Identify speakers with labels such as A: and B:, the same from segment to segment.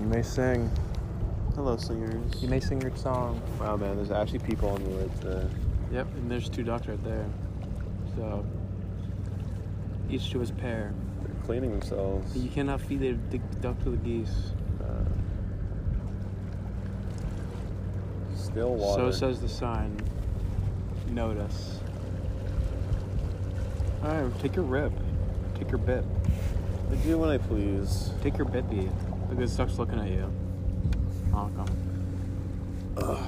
A: may sing.
B: Hello, singers.
A: You may sing your song.
B: Wow, man, there's actually people on the list. Uh,
A: Yep, and there's two ducks right there. So each to his pair.
B: they're cleaning themselves.
A: You cannot feed the, the duck to the geese.
B: Uh, still water.
A: So says the sign. Notice. All right, take your rib. Take your bit.
B: I do what I please.
A: Take your bippy. Look, this duck's looking at you. Honk 'em. Oh,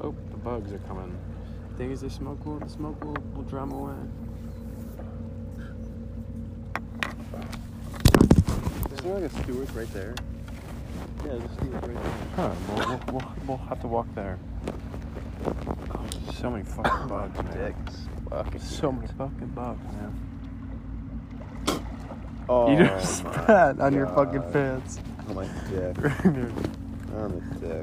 A: Oh, the bugs are coming. Thing is, the smoke will the smoke will, will draw 'em away.
B: Is there like a steward right there? Yeah, there's a steward right there.
A: Huh? We'll, we'll, we'll, we'll have to walk there. Oh, so many fucking bugs, man.
B: Dicks. Fuck.
A: So many fucking bugs, man.
B: Oh,
A: you just
B: my
A: spat on your fucking
B: God.
A: pants.
B: On my dick.
A: Right there.
B: On the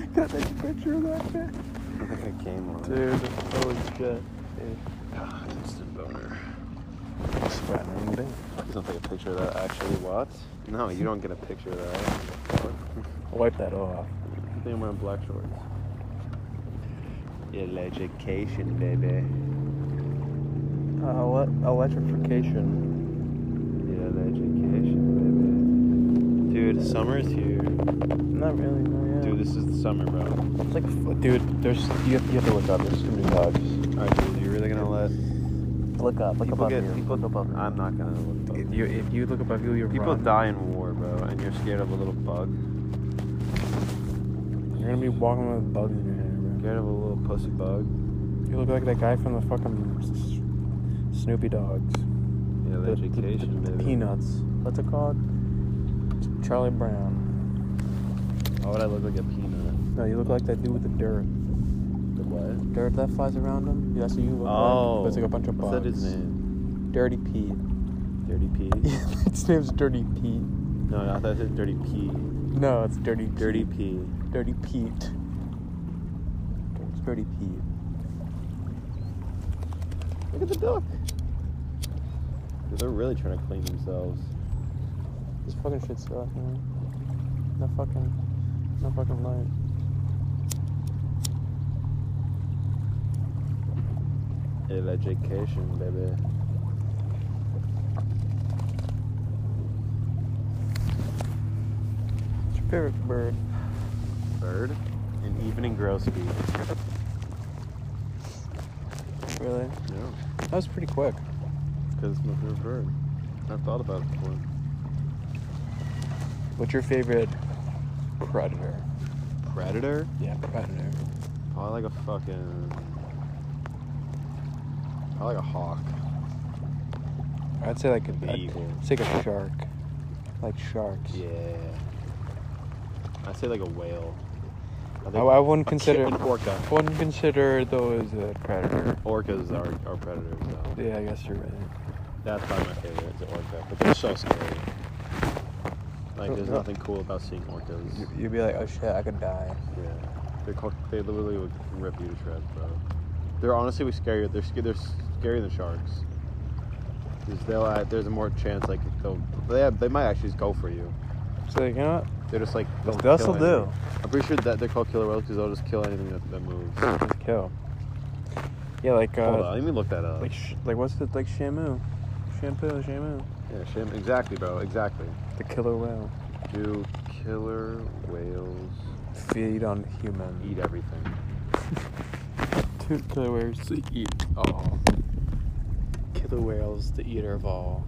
B: dick.
A: Got that picture of that shit?
B: I don't think I came on.
A: Dude, holy shit.
B: Ah, instant boner.
A: Spat on your dick.
B: You don't take a picture of that actually, what? No, you don't get a picture of that.
A: Wipe that off.
B: I think I'm wearing black shorts. Education, baby.
A: Uh, what? Electrification.
B: education, baby. Dude, summer's here.
A: Not really, no, yeah.
B: Dude, this is the summer, bro. Alright,
A: it's like, f- dude, there's, you have, you have to look up. There's too many bugs.
B: dude, you're really gonna let
A: Look up. Look
B: people
A: above
B: get
A: you.
B: people?
A: Look above
B: I'm not gonna look
A: you.
B: bug.
A: If you, if you look above you, you're
B: People
A: run.
B: die in war, bro, and you're scared of a little bug.
A: You're gonna be walking with bugs in your hand, bro.
B: Scared of a little pussy bug.
A: You look like that guy from the fucking S- Snoopy Dogs.
B: Yeah,
A: The- the-
B: education,
A: the- the
B: baby.
A: Peanuts. What's it called? Charlie Brown.
B: Why would I look like a peanut?
A: No, you look like that dude with the dirt.
B: The what?
A: Dirt that flies around him. That's what you look
B: Oh,
A: like. It's like a bunch of bugs.
B: what's that his name?
A: Dirty Pete.
B: Dirty P.
A: Its name's Dirty Pete.
B: No, no, I thought it said Dirty P.
A: No, it's Dirty
B: Dirty P.
A: Dirty Pete. It's Dirty Pete.
B: Look at the duck. Dude, they're really trying to clean themselves.
A: This fucking shit sucks, man. No fucking, no fucking light.
B: Ill education, baby.
A: What's your favorite bird?
B: Bird? An evening grosbeak.
A: Really?
B: No,
A: That was pretty quick.
B: because it's my favorite bird. I've thought about it before.
A: What's your favorite predator?
B: Predator?
A: Yeah, predator.
B: Probably like a fucking. Probably like a hawk.
A: I'd say like a,
B: The
A: I'd
B: eagle.
A: say like a shark. Like sharks.
B: Yeah. I'd say like a whale. I,
A: I, I wouldn't consider.
B: An orca.
A: I wouldn't consider those a predator.
B: Orcas are, are predators, though.
A: Yeah, I guess you're right.
B: That's probably my favorite, is the orca. But they're so scary. Like, there's
A: Yeah.
B: nothing cool about seeing orcas.
A: You'd be like, oh shit, I could die.
B: Yeah. They're called, they literally would rip you to shreds, bro. They're honestly scarier. They're, sc- they're scarier than sharks. Because they'll, uh, there's a more chance, like, they'll, they, have, they might actually just go for you.
A: So you know
B: They're just like, they'll
A: what? This will
B: kill
A: do.
B: anything. I'm pretty sure that they're called killer whales because they'll just kill anything that, that moves.
A: Just kill. Yeah, like uh,
B: Hold on, let me look that up.
A: like sh- like what's the like Shamu, shampoo, Shamu,
B: yeah, shame. Exactly, bro. Exactly.
A: the killer whale.
B: Do killer whales
A: Feed on human.
B: eat everything?
A: Two killer whales to eat all. Killer whales, the eater of all.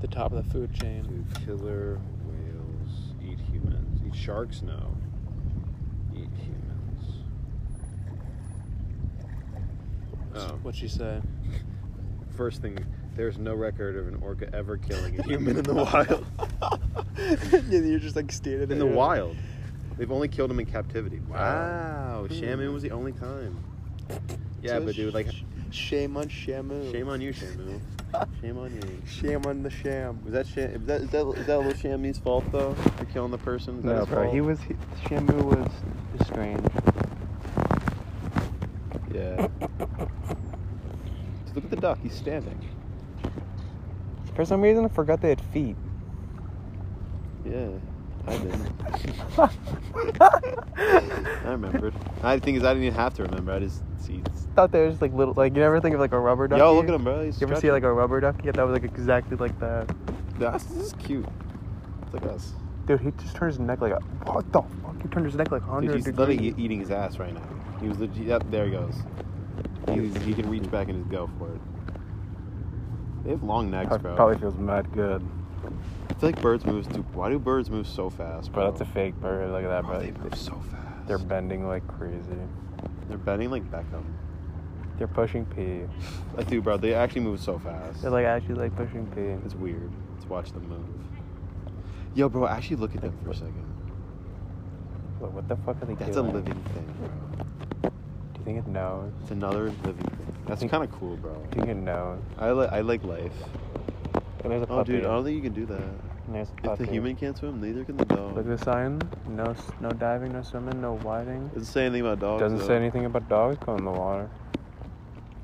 A: The top of the food chain.
B: Do killer whales eat humans? Eat sharks? No. Eat humans. Oh,
A: What'd she say?
B: first thing, there's no record of an orca ever killing a human in the wild.
A: You're just like standing
B: In the wild. They've only killed them in captivity. Wow. Hmm.
A: Wow.
B: Shaman was the only time. Yeah,
A: So
B: but dude, like,
A: sh-
C: Shame on Shamu.
B: Shame on you, Shamu. Shame on you.
C: Shame on the sham.
B: Was that Sham? Is that is that is that little Shammy's fault though for killing the person? Is that
A: No,
B: his
A: bro.
B: fault?
A: He was. He, Shamu was strange.
B: Yeah. Just look at the duck. He's standing.
A: For some reason, I forgot they had feet.
B: Yeah. I did. I remembered. I think is I didn't even have to remember. I just see. it's-
A: Thought they were just like little. Like you never think of like a rubber ducky.
B: Yo, look at him, bro. He's
A: You ever see like a rubber ducky? Yeah, that was like exactly like that.
B: stretching. That's, this is cute. It's like us.
A: Dude, he just turned his neck like a. What the fuck? He turned his neck like
B: Dude,
A: 100
B: he's
A: degrees.
B: literally e- eating his ass right now. He was legit. Yep, there he goes. He's, he can reach back and just go for it. They have long necks, bro.
A: Probably feels mad good.
B: I feel like birds move. Too, why do birds move so fast,
A: Bro,
B: bro?
A: that's a fake bird. Look at that,
B: Bro,
A: bro.
B: they move so fast.
A: They're bending like crazy.
B: they're bending like Beckham.
A: They're pushing P.
B: Like, dude, bro, they actually move so fast.
A: They're like actually like pushing P.
B: it's weird. Let's watch them move. Yo, bro, actually look at them for a second.
A: Like, what the fuck are they
B: That's a
A: doing?
B: living thing,
A: Do
B: bro.
A: you think it knows?
B: It's another living thing. That's
A: Think-
B: kind of cool, bro.
A: Do you think it knows?
B: I li- I like life.
A: And there's a
B: Oh,
A: puppy.
B: dude, I don't think you can do that.
A: and there's a
B: If
A: puppy.
B: the human can't swim, neither can the
A: Look
B: dog.
A: at the sign. No, s- no diving, no swimming, no whiting.
B: Doesn't say anything about dogs.
A: Doesn't
B: though.
A: say anything about dogs going in the water.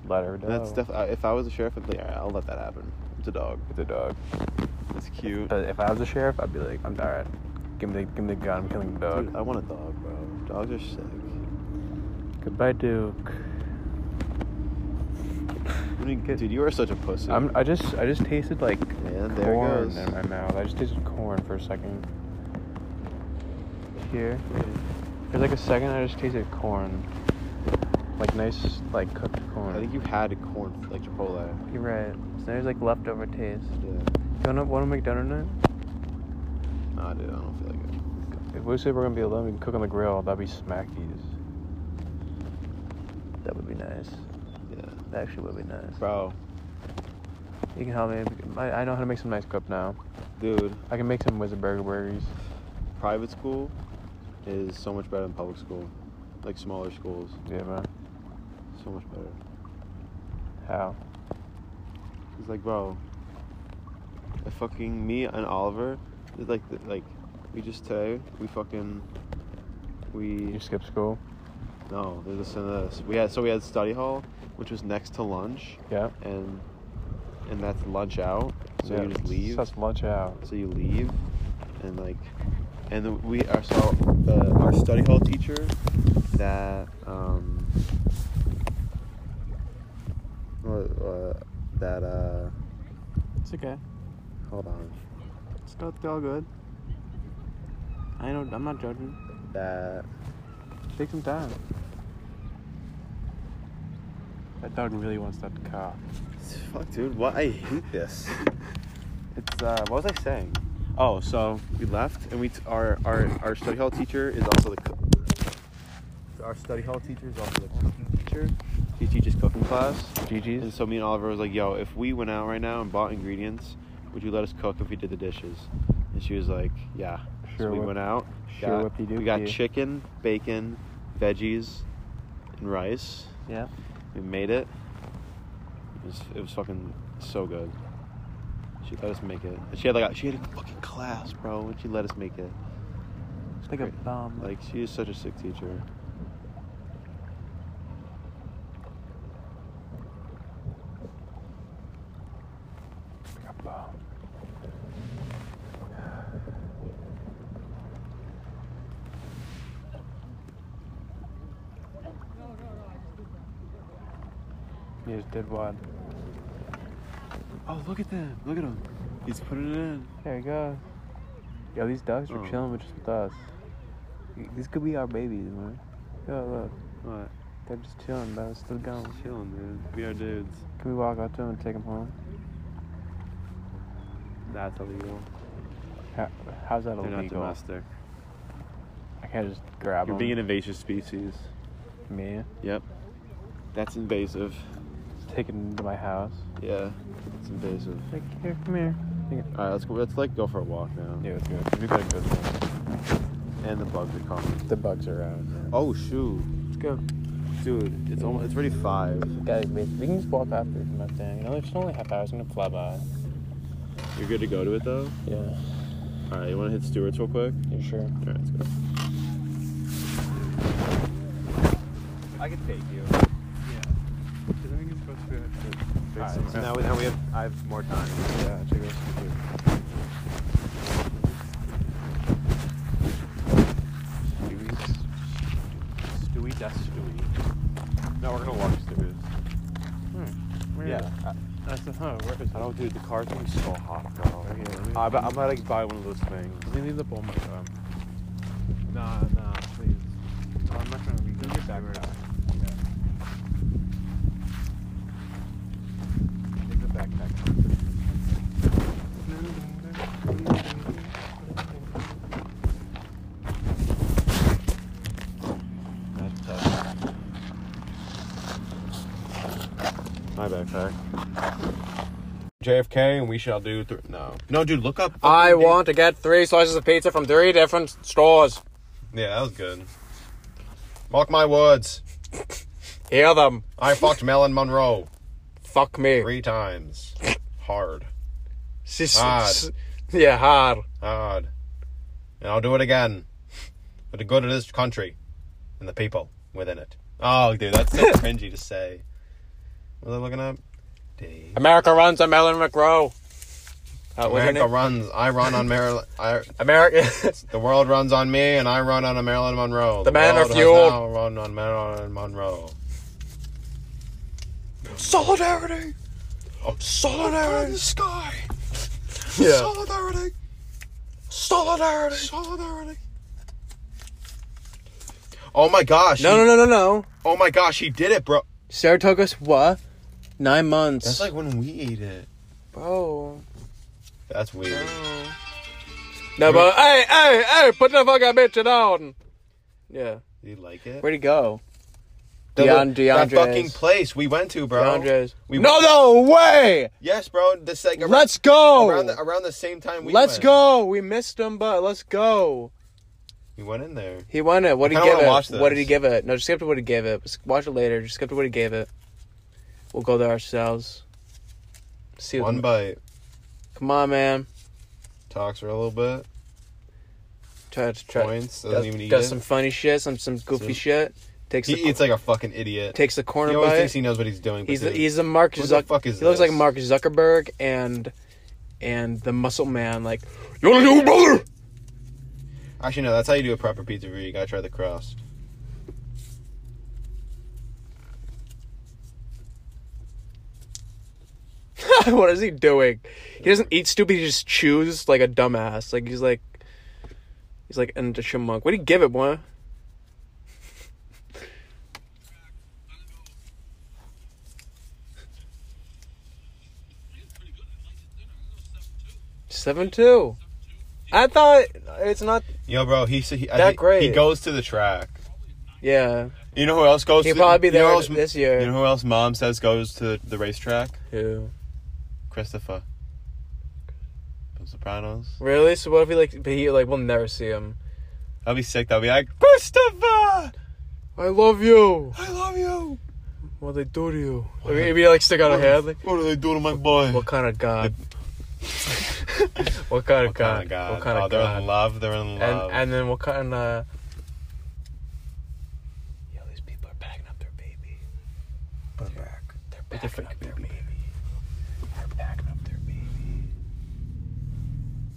A: Let her go.
B: That's def- I- if I was a sheriff, I'd be like, "Alright, I'll let that happen. It's a dog.
A: It's a dog.
B: It's cute.
A: But if I was a sheriff, I'd be like, I'm alright. Give me the give me the gun. I'm killing the dog.
B: Dude, I want a dog, bro. Dogs are sick.
A: Goodbye, Duke.
B: I mean, dude, you are such a pussy.
A: I'm, I just I just tasted like
B: And there it
A: corn
B: goes.
A: in my mouth. I just tasted corn for a second. Here, for like a second, I just tasted corn. Like nice, like cooked corn.
B: I think you had a corn like Chipotle.
A: You're right. So there's like leftover taste.
B: Yeah.
A: You wanna wanna make dinner tonight?
B: Nah, dude, I don't feel like it.
A: If we say we're gonna be alone, we can cook on the grill. That'd be smackies. That would be nice.
B: Yeah.
A: That actually would be nice.
B: Bro,
A: You can help me. I, I know how to make some nice grub now.
B: dude,
A: I can make some wizard burger burgers.
B: private school is so much better than public school. Like smaller schools,
A: Yeah, man.
B: so much better.
A: How?
B: It's like, bro, I fucking me and Oliver, it's like, the, like, we just today we fucking we
A: You skip school?
B: no, there's this and this. We had so we had study hall, which was next to lunch,
A: Yeah.
B: and and that's lunch out. So
A: yeah.
B: you just leave.
A: That's lunch out.
B: So you leave, and like, and then we our so the, our study hall teacher that um uh, uh, that uh
C: It's okay.
B: hold on
C: It's not all good. I know. I'm not judging.
B: that
A: Take some time.
C: That dog really wants that cock.
B: fuck dude what I hate this. It's uh what was I saying? Oh, so we left and we t- our our our study hall teacher is also the co- our study hall teacher is also the cooking teacher. She teaches cooking class. And
A: GG's?
B: so me and Oliver was like, "Yo, if we went out right now and bought ingredients, would you let us cook if we did the dishes?" And she was like, "Yeah."
A: Sure
B: so we
A: would.
B: went out.
A: Sure
B: got,
A: whoopty
B: we got
A: doopty.
B: chicken, bacon, veggies, and rice.
A: Yeah.
B: We made it. It was, it was fucking so good. She let us make it. And she had like a, she had a fucking class, bro, and she let us make it.
A: Like a bomb.
B: Like she is such a sick teacher.
A: like a bomb. You just did what?
B: Oh, look at them! Look at him. He's putting it in.
A: There you go. Yo, these dogs are
B: Oh.
A: chilling with just with us. These could be our babies, man. Yo, look.
B: What?
A: They're just chilling, bro. Still going.
B: Chilling, dude. We are dudes.
A: Can we walk up to them and take them home?
B: That's illegal.
A: How, how's that
B: They're not
A: illegal?
B: domestic.
A: I can't just grab
B: You're
A: them.
B: being an invasive species.
A: Me?
B: Yep. That's invasive.
A: Take it into my house.
B: Yeah. It's invasive.
A: Like, here, come here.
B: All right, let's go. Let's like go for a walk now.
A: Yeah, it's good. We got a good one.
B: And the bugs are coming.
A: The bugs are out.
B: Oh shoot!
C: Let's go.
B: Dude, it's almost it's already five.
D: Guys, we we can just walk after from that thing. You know, it's only half hour. It's gonna fly by.
B: You're good to go to it though.
D: Yeah,
B: All right, you want to hit Stewart's real quick?
D: you sure?
B: All right, let's go. I can take you.
D: Alright,
B: so now, we- now we have I have more time.
D: Yeah, check this out, too.
C: Stewie's. Stewie, that's Stewie.
B: No, we're gonna walk Stewart's.
D: Yeah.
B: Yeah.
D: Hmm, That's the huh. Where is
B: I don't, dude. The car's going so hot, bro.
D: Okay, let me-
B: I,
C: Uh,
B: bet- I might like buy one of those things.
D: Let me leave the bowl my um,
C: Nah, nah, please.
D: Oh, I'm not trying to read
C: Can you get back out? Take the backpack.
D: That's tough.
B: My backpack. JFK, and we shall do. Th- no, no, dude. Look up.
A: I
B: fucking-
A: want to get three slices of pizza from three different stores.
B: Yeah, that was good. Mark my words.
A: Hear them.
B: I fucked Melon Monroe
A: Fuck me.
B: three times. Hard,
A: Sis-
B: Hard.
A: s- Yeah, hard.
B: hard, and I'll do it again for the good of this country and the people within it. Oh, dude, that's so cringy to say. What are they looking up? D-
A: America runs on Marilyn McRoe. Uh, what's her
B: America
A: name?
B: runs. I run on Maryland. I,
A: America.
B: The world runs on me, and I run on a Marilyn Monroe.
A: The man
B: world
A: of
B: has
A: fuel.
B: now run on Marilyn Monroe.
A: Solidarity.
B: Solidarity in the sky.
A: Oh, Yeah.
B: Solidarity.
A: Solidarity.
B: Solidarity. Oh my gosh.
A: No,
B: he-
A: no, no, no, no.
B: Oh my gosh, he did it, bro.
A: Sarah took us what? Nine months.
B: That's like when we ate it.
A: bro.
B: That's weird.
A: No, but hey, hey, hey! Put the fucking bitch down. Yeah.
B: Do you like it?
A: Where'd he go?
B: The-
A: DeAndre-
B: That
A: DeAndre's.
B: fucking place we went to, bro.
A: DeAndre's.
B: We
A: no, no way!
B: Yes, bro. This like around,
A: Let's go!
B: around the, around the same time we.
A: Oh. let's
B: went.
A: go! We missed him, but let's go.
B: We went in there.
A: He won it. What did
B: I
A: he
B: kinda
A: give it?
B: wanna watch this.
A: What did he give it? No, just skip to what he gave it. Just watch it later. Just skip to what he gave it. We'll go there ourselves. See what
B: One bite.
A: Come on, man.
B: Talks for a little bit.
A: Try to try.
B: Points. Doesn't
A: does,
B: even eat
A: does
B: it.
A: some funny shit. Some some goofy
B: Some-
A: shit. Takes
B: He
A: the,
B: eats like a fucking idiot.
A: takes the corner
B: he always
A: bite.
B: thinks he knows what he's doing. but
A: he's the,
B: dude,
A: he's a Mark
B: What the
A: Zuck.
B: fuck is
A: he looks
B: this?
A: like Mark Zuckerberg and and the Muscle Man. Like, you wanna do, it, brother?
B: Actually, no. That's how you do a proper pizzeria. You gotta try the crust.
A: what is he doing? He doesn't eat stupid. He just chews like a dumbass. Like he's like, he's like and a chipmunk. What do you give it, boy? Seven two. I thought it's not.
B: Yo, bro. He s- he, I
A: That
B: think
A: great.
B: He goes to the track.
A: Yeah.
B: You know who else goes?
A: He'll
B: to,
A: probably be
B: you know
A: there
B: who else-
A: this year.
B: You know who else? Mom says goes to the racetrack.
A: Who?
B: Christopher. From Sopranos.
A: Really? So what if he like? But he like we'll never see him.
B: That'll be sick. That'll be like Christopher.
A: I love you.
B: I love you.
A: What they do to you? Maybe like stick out a hand. Like,
B: What are they doing to my boy?
A: What kind of God? what kind of
B: What
A: God?
B: kind of God?
A: What kind
B: oh,
A: of
B: they're
A: God?
B: in love. They're in
A: and
B: love.
A: and uh, then what kind of? Yo, these people are packing up their baby. They're, they're packing up their baby. They're packing up their baby.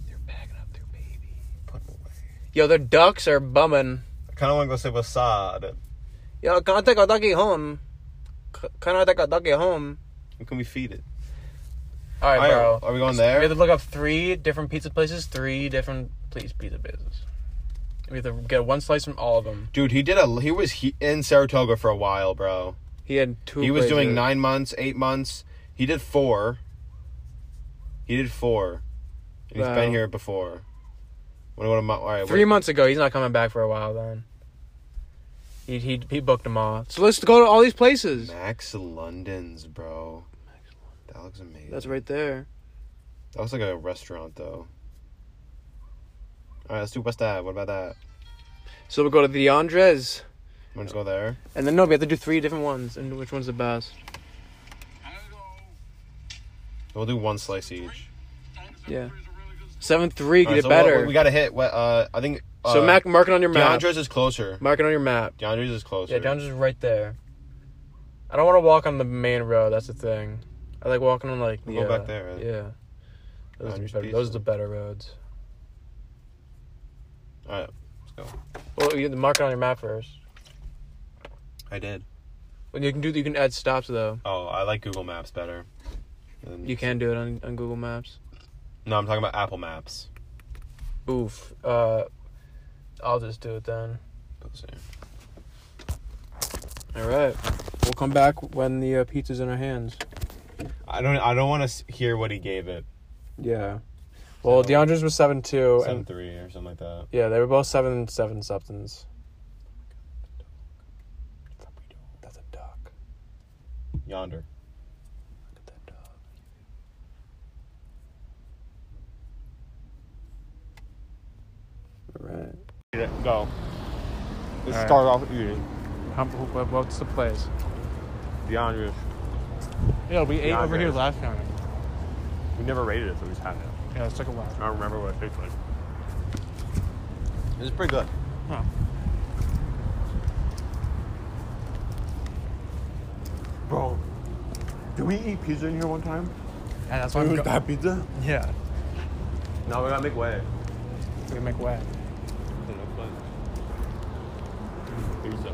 A: They're packing up their baby. Yo, their ducks are bumming.
B: I kind of want to go say Wasad.
A: Yo, can I take a ducky home? C- Can I take a ducky home?
B: Who can we feed it?
A: All right,
B: All
A: bro.
B: right, are we going
A: We
B: there?
A: have to look up three different pizza places, three different please pizza places. We have to get one slice from all of them.
B: Dude, he did a. He was he, in Saratoga for a while, bro.
A: He had two.
B: he was doing
A: places.
B: nine months, eight months. He did four. He did four. And He's
A: Wow.
B: been here before. What about a month? All right,
A: three
B: what-
A: months ago. He's not coming back for a while. Then he he he booked them all. So let's go to all these places.
B: Max London's, bro. That looks amazing.
A: That's right there.
B: That looks like a restaurant, though. All right, let's do West Ave. What about that?
A: So we will go to the Andres,
B: Want to go there?
A: And then no, we have to do three different ones, and which one's the best?
B: We'll do one slice each.
A: Yeah. Seven three, get
B: Alright,
A: it
B: so what-
A: better.
B: we got to hit. What? Uh, I think. Uh,
A: so Mac, mark it on your map.
B: DeAndre's is closer.
A: Mark it on your map.
B: DeAndre's is closer.
A: Yeah, DeAndre's right there. I don't want to walk on the main road. That's the thing. I like walking on like
B: We'll
A: yeah,
B: go back there, right?
A: Yeah. Those,
B: DeAndre's
A: are better, those are
B: decent.
A: the better roads.
B: All right, let's go.
A: Well, you mark it on your map first.
B: I did.
A: Well, you can do. You can add stops though.
B: Oh, I like Google Maps better. than-
A: You can do it on, on Google Maps.
B: No, I'm talking about Apple Maps.
A: Oof. Uh, I'll just do it then. All right. We'll come back when the uh, pizza's in our hands.
B: I don't. I don't want to hear what he gave it.
A: Yeah. Well,
B: So-
A: DeAndre's was seven two,
B: Seven
A: Oh, and
B: three or something like that.
A: yeah, they were both seven seven somethings. That's a duck.
B: Yonder.
A: Look at that dog. All right.
B: Go. Let's
C: Alright.
B: start off with eating.
C: How, wh- what's the place?
B: DeAndre's.
C: Yeah, we ate over here
B: Deandre's.
C: last time.
B: We never rated it, so we just had it.
C: Yeah, it took a while.
B: I don't remember what it tastes like. It's pretty good.
C: Huh.
B: Bro, did we eat pizza in here one time?
C: Yeah, that's why
B: It
C: I'm
B: was
C: go-
B: bad pizza?
C: Yeah,
B: No, we gotta make way.
C: we make way.
B: Pizza.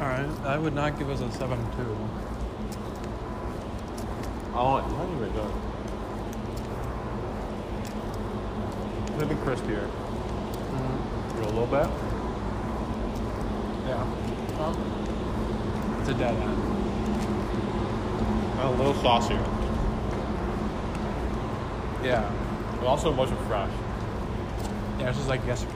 C: All right, I would not give us a seven two.
B: Oh, it's not even good. It's gonna be crispier. You know, a little bit.
C: Yeah. Well, it's a dead end.
B: a little saucier.
C: Yeah.
B: But also it wasn't fresh.
C: Yeah, it's just like yesterday.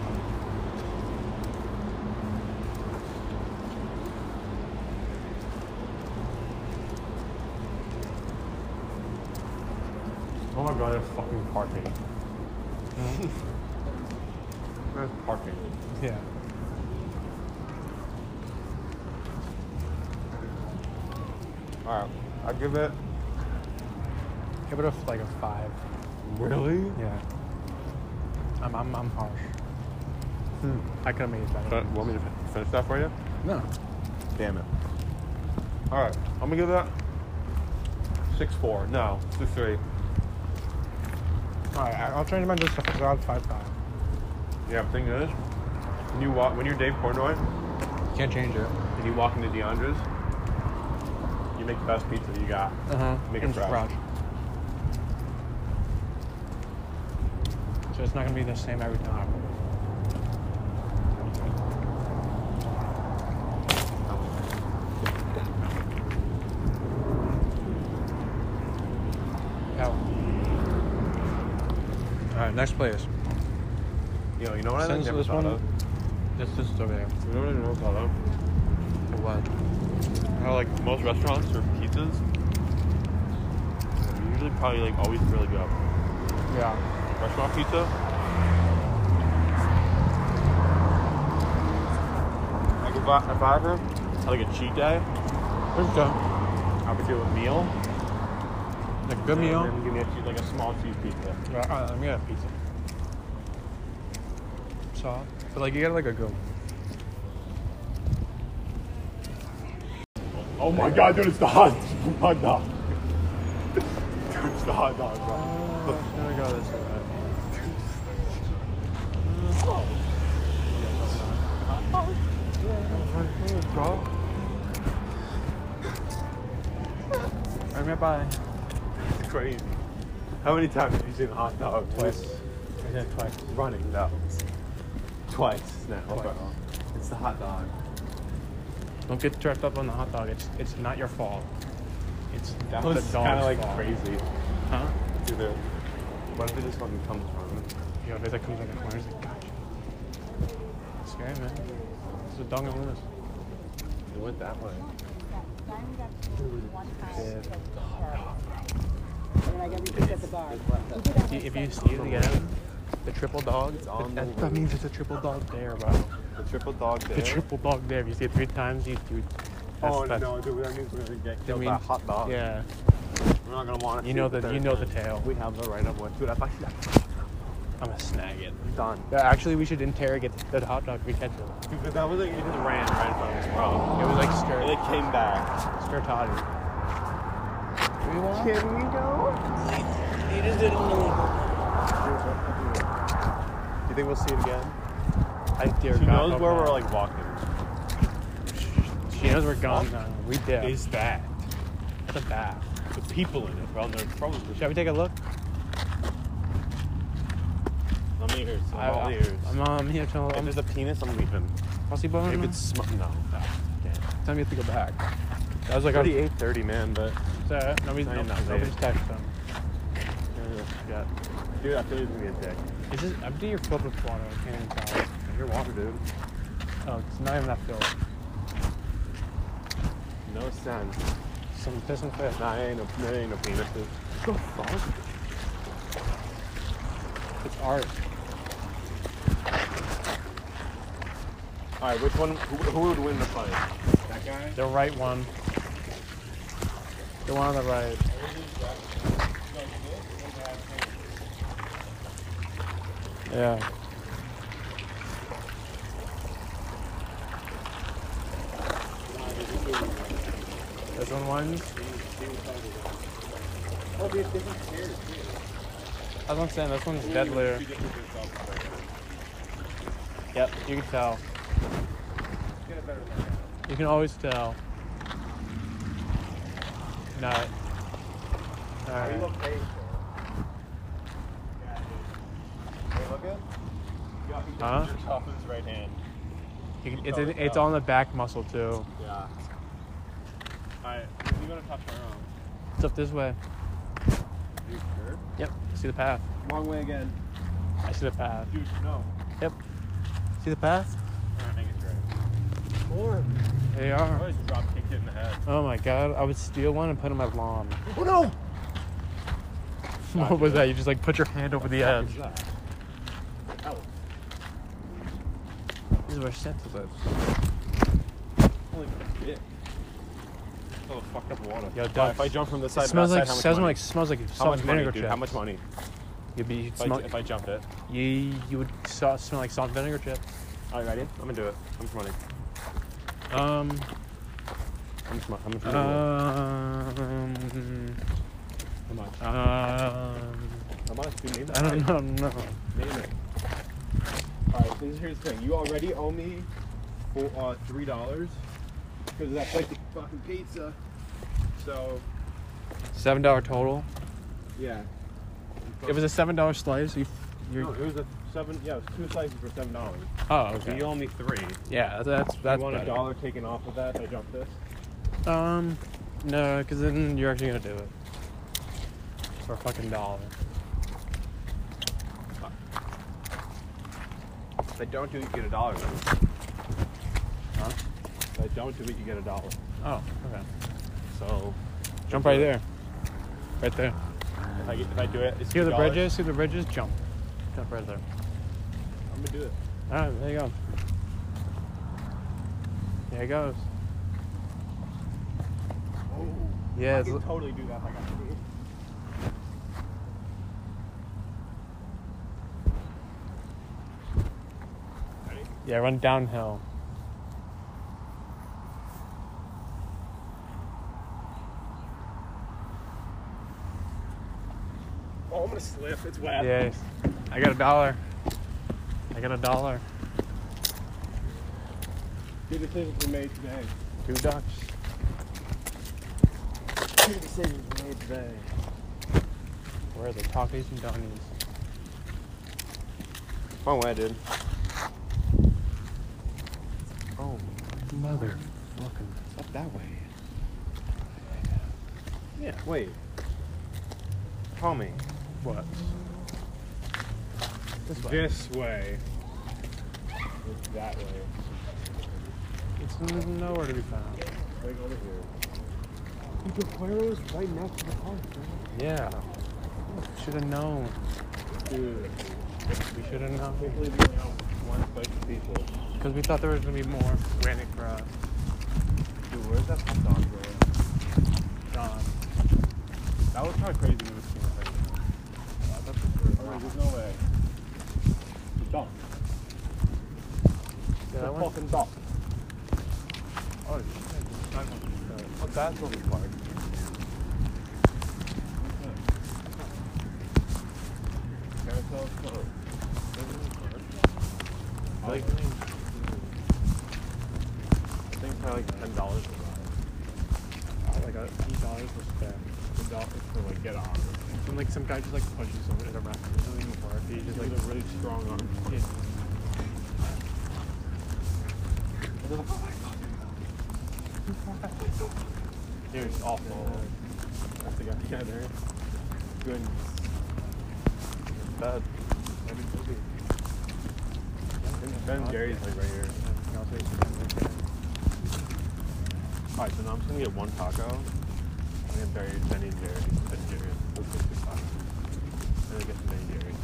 B: Oh my god, there's fucking parking. There's parking.
C: Yeah.
B: Alright, I give it.
C: Give it a like a five.
B: Really?
C: Yeah. I'm I'm, I'm harsh. I could have made it better.
B: Fin- Hmm. Want me to finish that for you?
C: No.
B: Damn it. Alright, I'm gonna give that 6 4. No, 6 3.
C: All right, I- I'll change mine just to around five five.
B: Yeah, the thing is, when you walk, when you're Dave Portnoy
C: You can't change it.
B: and you walk into DeAndre's, you make the best pizza you got.
C: Uh
A: Uh-huh.
C: huh.
B: Make it fresh.
C: So it's not gonna be the same every time. All right, next place.
B: You know, you know what I
C: Since
B: never
C: this
B: thought
C: one-
B: of?
C: This this is over there.
B: You know what I never thought of?
C: For what?
B: How like most restaurants or pizzas, they're usually probably like always really good.
C: Yeah.
B: Restaurant pizza. Like if I, if I ever had, like a cheat day,
C: Here we go.
B: I would do a meal.
C: Like a good
B: and
C: meal.
B: then give me a, cheese- like a small cheese pizza.
C: Yeah, all right, let me get a pizza. Saw. But like you got like a go.
B: Oh my god, dude, it's the hot, hot dog. Dude, it's the hot dog, bro.
C: There we go. That's all right. All right, man, bye.
B: It's crazy. How many times have you seen a hot dog? Twice.
C: Yeah, twice.
B: Running, no. Twice now.
C: Twice.
B: bro. It's the hot dog.
C: Don't get tripped up on the hot dog. It's it's not your fault. It's
B: That
C: the
B: was
C: dog's
B: kind of like
C: fault.
B: crazy.
C: Huh?
B: Dude, they're- what if it just fucking comes from?
C: Yo, there's like comes like a corner. It's like, gotcha. It's scary, man. It's a dog and
B: It went that way.
E: And like everything at the bar.
C: If you steal, you get him. The triple dog.
E: It's on
C: that,
E: the
C: that
E: loop.
C: means it's a triple dog there, bro.
E: The triple dog there.
C: The triple dog there. If you see it three times, you dude. That's,
E: oh
C: that's,
E: no, dude, that means we're gonna get killed by a
C: means-
E: hot dog.
C: Yeah.
E: We're not gonna want to.
C: You know the you know the tail.
E: We have the right of one. Dude, if I
C: I'm gonna snag it.
E: done.
C: Yeah, Actually, we should interrogate the hot dog if we catch it.
E: Dude, that was like it just ran right in front of us, bro.
C: It was like
E: And
C: stir
E: it came back.
C: stir toddy.
E: Can we go?
F: He just did a
E: Do you think we'll see it again?
C: I dear
E: She
C: God.
E: knows
C: hope
E: where we're
C: not.
E: like walking.
C: She knows we're gone now. We did.
E: Is that
C: It's a bath.
E: the people in it, bro? They're frozen.
C: Shall we take a look?
E: I'm ears.
C: I-
E: I'm all
C: I-
E: ears.
C: I'm, um, here till
E: If
C: I'm
E: there's a penis, I'm leaving.
C: pussy bone.
E: If it's sm- no.
C: time you have to go back. That was like our.
E: Like already 8:30, man. But
C: Uh, nobody's,
E: Not enough,
C: nobody's
E: dude.
C: texted him.
E: uh, yeah, dude, I feel like it's gonna be a dick.
C: It's just empty your filled with water. I can't even tell.
E: Your water, dude.
C: Oh, it's not even that filled.
E: No sense.
C: Some piss and piss.
E: Nah, ain't no, there ain't no penises.
C: the fuck? It's art.
E: All right, which one? Who, who would win the fight?
F: that guy.
C: The right one. The one on the right. Yeah. This one wins. That's what I'm saying. This one's deadlier. Yep, you can tell. You can always tell. Not. Alright. Huh?
E: Top of his right hand.
C: You can- It's,
E: uh,
C: it's on the back muscle too.
E: Yeah. All right, you gonna touch my arm?
C: It's up this way.
E: You sure?
C: Yep. See the path.
E: Long way again.
C: I see the path.
E: Dude, no.
C: Yep. See the path?
E: All right, I think it's right.
C: They
E: I
C: are.
E: always drop kicked it in the head.
C: Oh my god, I would steal one and put it on my lawn.
E: Oh no!
C: what was that? You just like put your hand over the edge. This is where Santa lives.
E: Holy shit. Oh, fucked up water.
C: Yo,
E: Wow,
C: Doug,
E: if I jump from this
C: It
E: side,
C: smells
E: to
C: like
E: that side,
C: smells
E: how much money?
C: like smells like
E: how much
C: salt
E: money,
C: vinegar
E: dude?
C: chips.
E: How much money?
C: You'd be
E: If,
C: smell,
E: I, if I jumped it.
C: you you would sa- smell like salt vinegar chips.
E: All right, ready? I'm gonna do it. How much money?
C: Um,
E: How much money? How much money?
C: Uh, um,
E: how much?
C: um,
E: How much? Dude, name
C: I don't know, no.
E: Name it. All right, this, here's the thing. You already owe me for, uh, three dollars because of that fucking fucking pizza. So
C: Seven dollar total.
E: yeah.
C: It was a seven dollar slice. You,
E: No,
C: you're,
E: it was a seven. Yeah, it was two slices for seven dollars.
C: oh,
E: So
C: okay.
E: you owe me three.
C: Yeah, that's that's
E: you want a
C: better.
E: dollar taken off of that? if I jump this.
C: Um, no, because then you're actually gonna do it for a fucking dollar.
E: If I don't do it, you get a dollar. Huh? If I don't do it, you get a dollar.
C: Oh, okay.
E: So
C: Jump right there. Right there.
E: if I, get, if I do it, it's
C: See where the
E: $2.
C: bridge is? See where the bridge is? Jump. Jump right there.
E: I'm gonna do it.
C: All right, there you go. There it goes.
E: Oh,
C: Yeah,
E: I
C: it's,
E: can totally do that. If I got three.
C: yeah, run downhill.
E: Oh, I'm gonna slip. It's wet.
C: Yes. I got a dollar. I got a dollar.
E: Good decisions were made today.
C: Two ducks.
E: Good decisions were made today.
C: Where are the Takis and Donnies?
E: Wrong way, dude.
C: Oh, mother fucking.
E: It's up that way.
C: Yeah.
E: Wait. Homie.
C: What? This way.
E: This way. It's that way.
C: It's nowhere to be found.
E: Like over here. The Quero's right next to the park,
C: Yeah. Should have known.
E: Dude.
C: We should have known. Because we thought there was going to be more waiting for us.
E: Dude, where's that from dog bro?
C: John.
E: That was kind of crazy when it was came Alright, there's no way. The dump.
C: Yeah, that
E: the
C: one-
E: fucking dump. Oh, that's what it's
C: Like,
E: like. I think probably like ten dollars was on it. Like uh, eight dollars was spent. Ten dollars for like get on.
C: when, like some guy just like punches someone in the rack. It doesn't even work. He
E: He's
C: just
E: like
C: like
E: a really strong arm.
C: Yeah.
E: Dude, it's awful. That's the guy together. Good. Bad. Ben and Jerry's like right here. Alright, so now I'm just gonna get one taco. I'm gonna bury Benny and Jerry's. Ben and Jerry's. Let's get two tacos. And then get some Ben and Jerry's.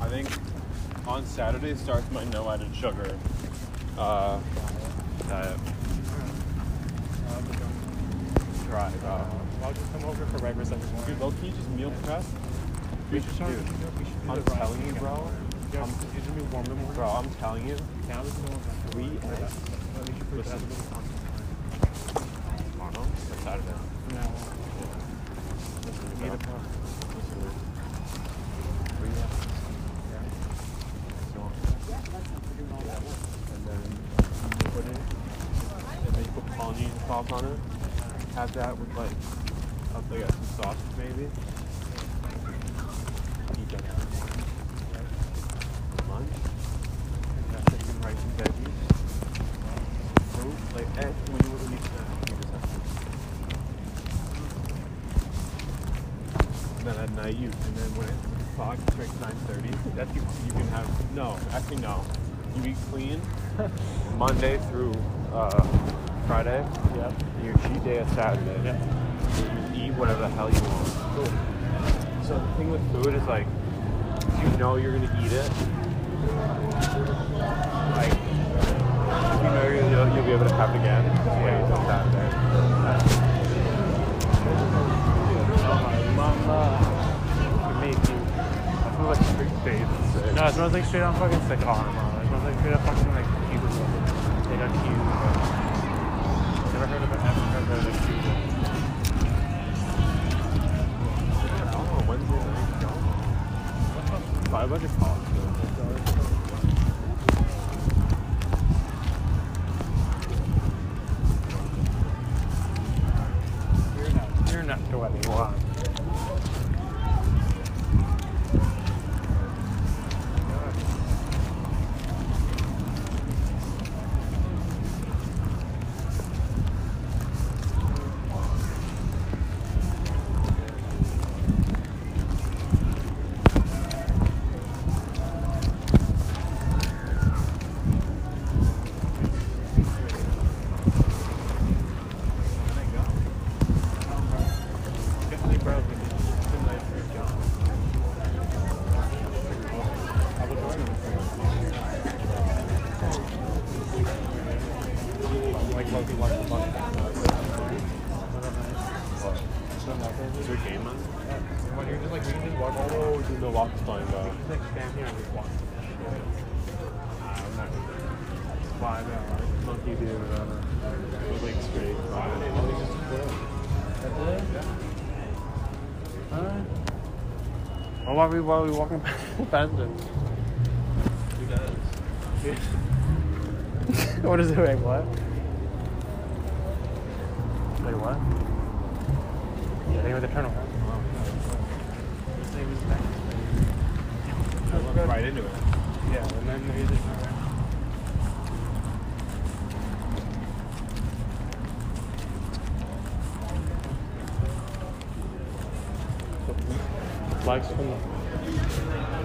E: I, I think on Saturday starts my no added sugar uh, diet. Try. Uh,
C: I'll just come over for breakfast every morning.
E: dude, low key just meal prep.
C: We should start.
E: Dude,
C: we should do
E: I'm
C: the rice
E: telling you,
C: again.
E: bro.
C: Yeah,
E: I'm-
C: it's gonna be warm in the morning.
E: Bro, I'm telling you,
C: Now it's warm.
E: we
C: But we should put that
E: Listen.
C: a little on
E: tomorrow or Saturday.
C: from now on.
E: Listen,
C: Need a
E: bro.
C: pump.
E: Listen, and then you put it, and then you put Polynesian sauce on it. Have that with like, a, like some sausage maybe. Eat that out. Lunch. And that's chicken, rice, and veggies. Fruit, like eh, when you when you snack, you just have And then at night you, and then when it's o'clock, it's like nine thirty. That's you, you can have no. Actually, no. You eat clean Monday through uh, Friday. Yep. Your cheat day is Saturday. Yep. You eat whatever the hell you want. Cool. So the thing with food is like, you know you're gonna eat it. Like, you know you're, you'll, you'll be able to have it again. Just wait until Saturday.
C: I feel like straight face. No, it smells like straight on fucking sick arm. It smells like straight up fucking like Cuban. They got Cuban. Never heard of it. Never heard of it. Cuban.
E: Five hundred pounds.
C: You're not. You're not doing what? Definitely broken.
E: Like monkey, monkey, monkey. Is there a game on?
C: When you're just like, we can just walk all
E: Oh, dude, the lock's flying though.
C: just like stand here and just walk.
E: I'm not gonna
C: Why not?
E: monkey do it. It was like straight.
C: Well, why are we, why are we walking past the bathroom? what is it? Wait, what? Wait, what? Yeah, they were the tunnel.
E: I looked right into it.
C: Yeah, and then there's a Likes from the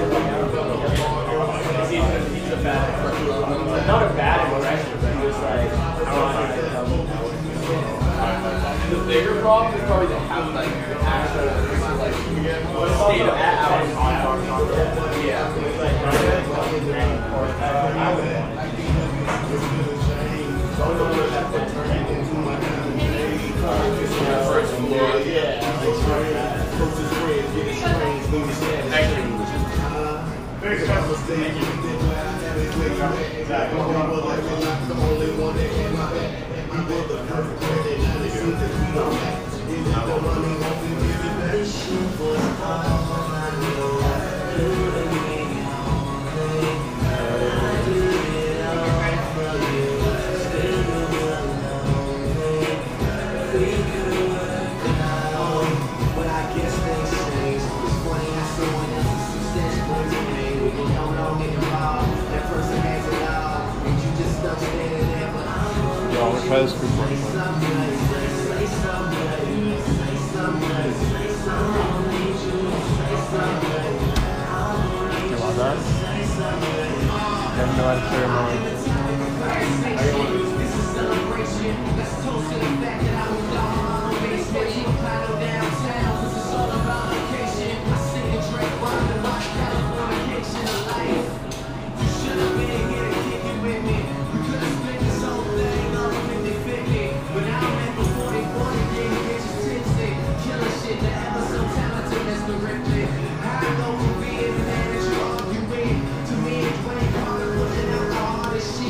G: not a bad impression, but he was like, I want to
H: the bigger problem is probably to have like the actual like state of hours on Yeah.
A: Yo, I'm gonna try this group work.
E: You want that?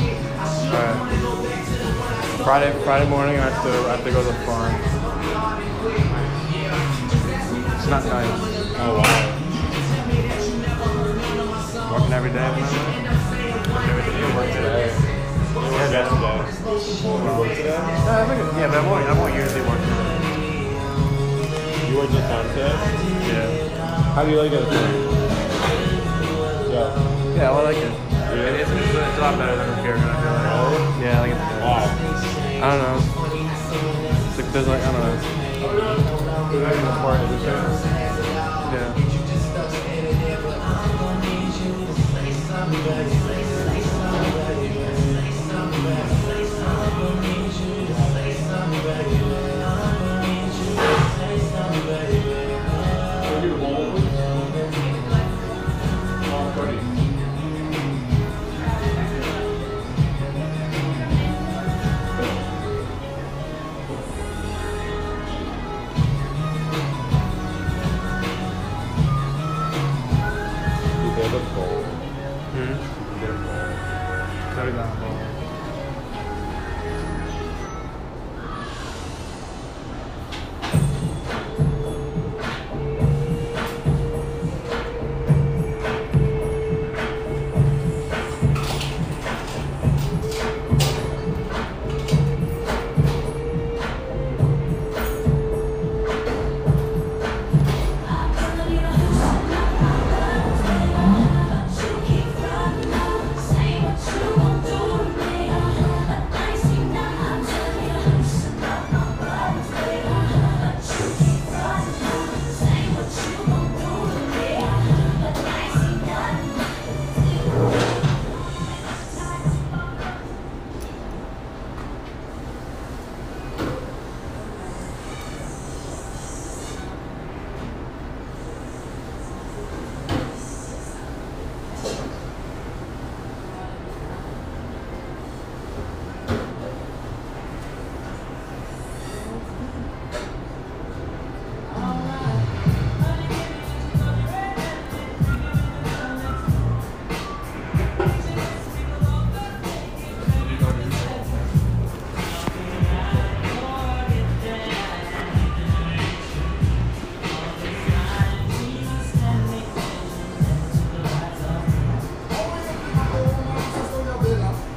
A: Alright. Friday, Friday morning, I have to, I have to go to the farm. It's not nice.
E: Oh wow.
A: Working every day. man.
E: You work today. You work yesterday. You work today?
A: No, I think it- yeah, but I won't, I won't usually work. today.
E: You work your time today?
A: Yeah.
E: How do you like it? Yeah.
A: Yeah, well, I like it. It- It's, it's, a- it's a lot better than here. I feel like. Yeah, I like it. better.
E: Oh, Wow.
A: I don't know. It's like there's like I don't know.
E: Is that even part of the show? Oh,
C: Hmm,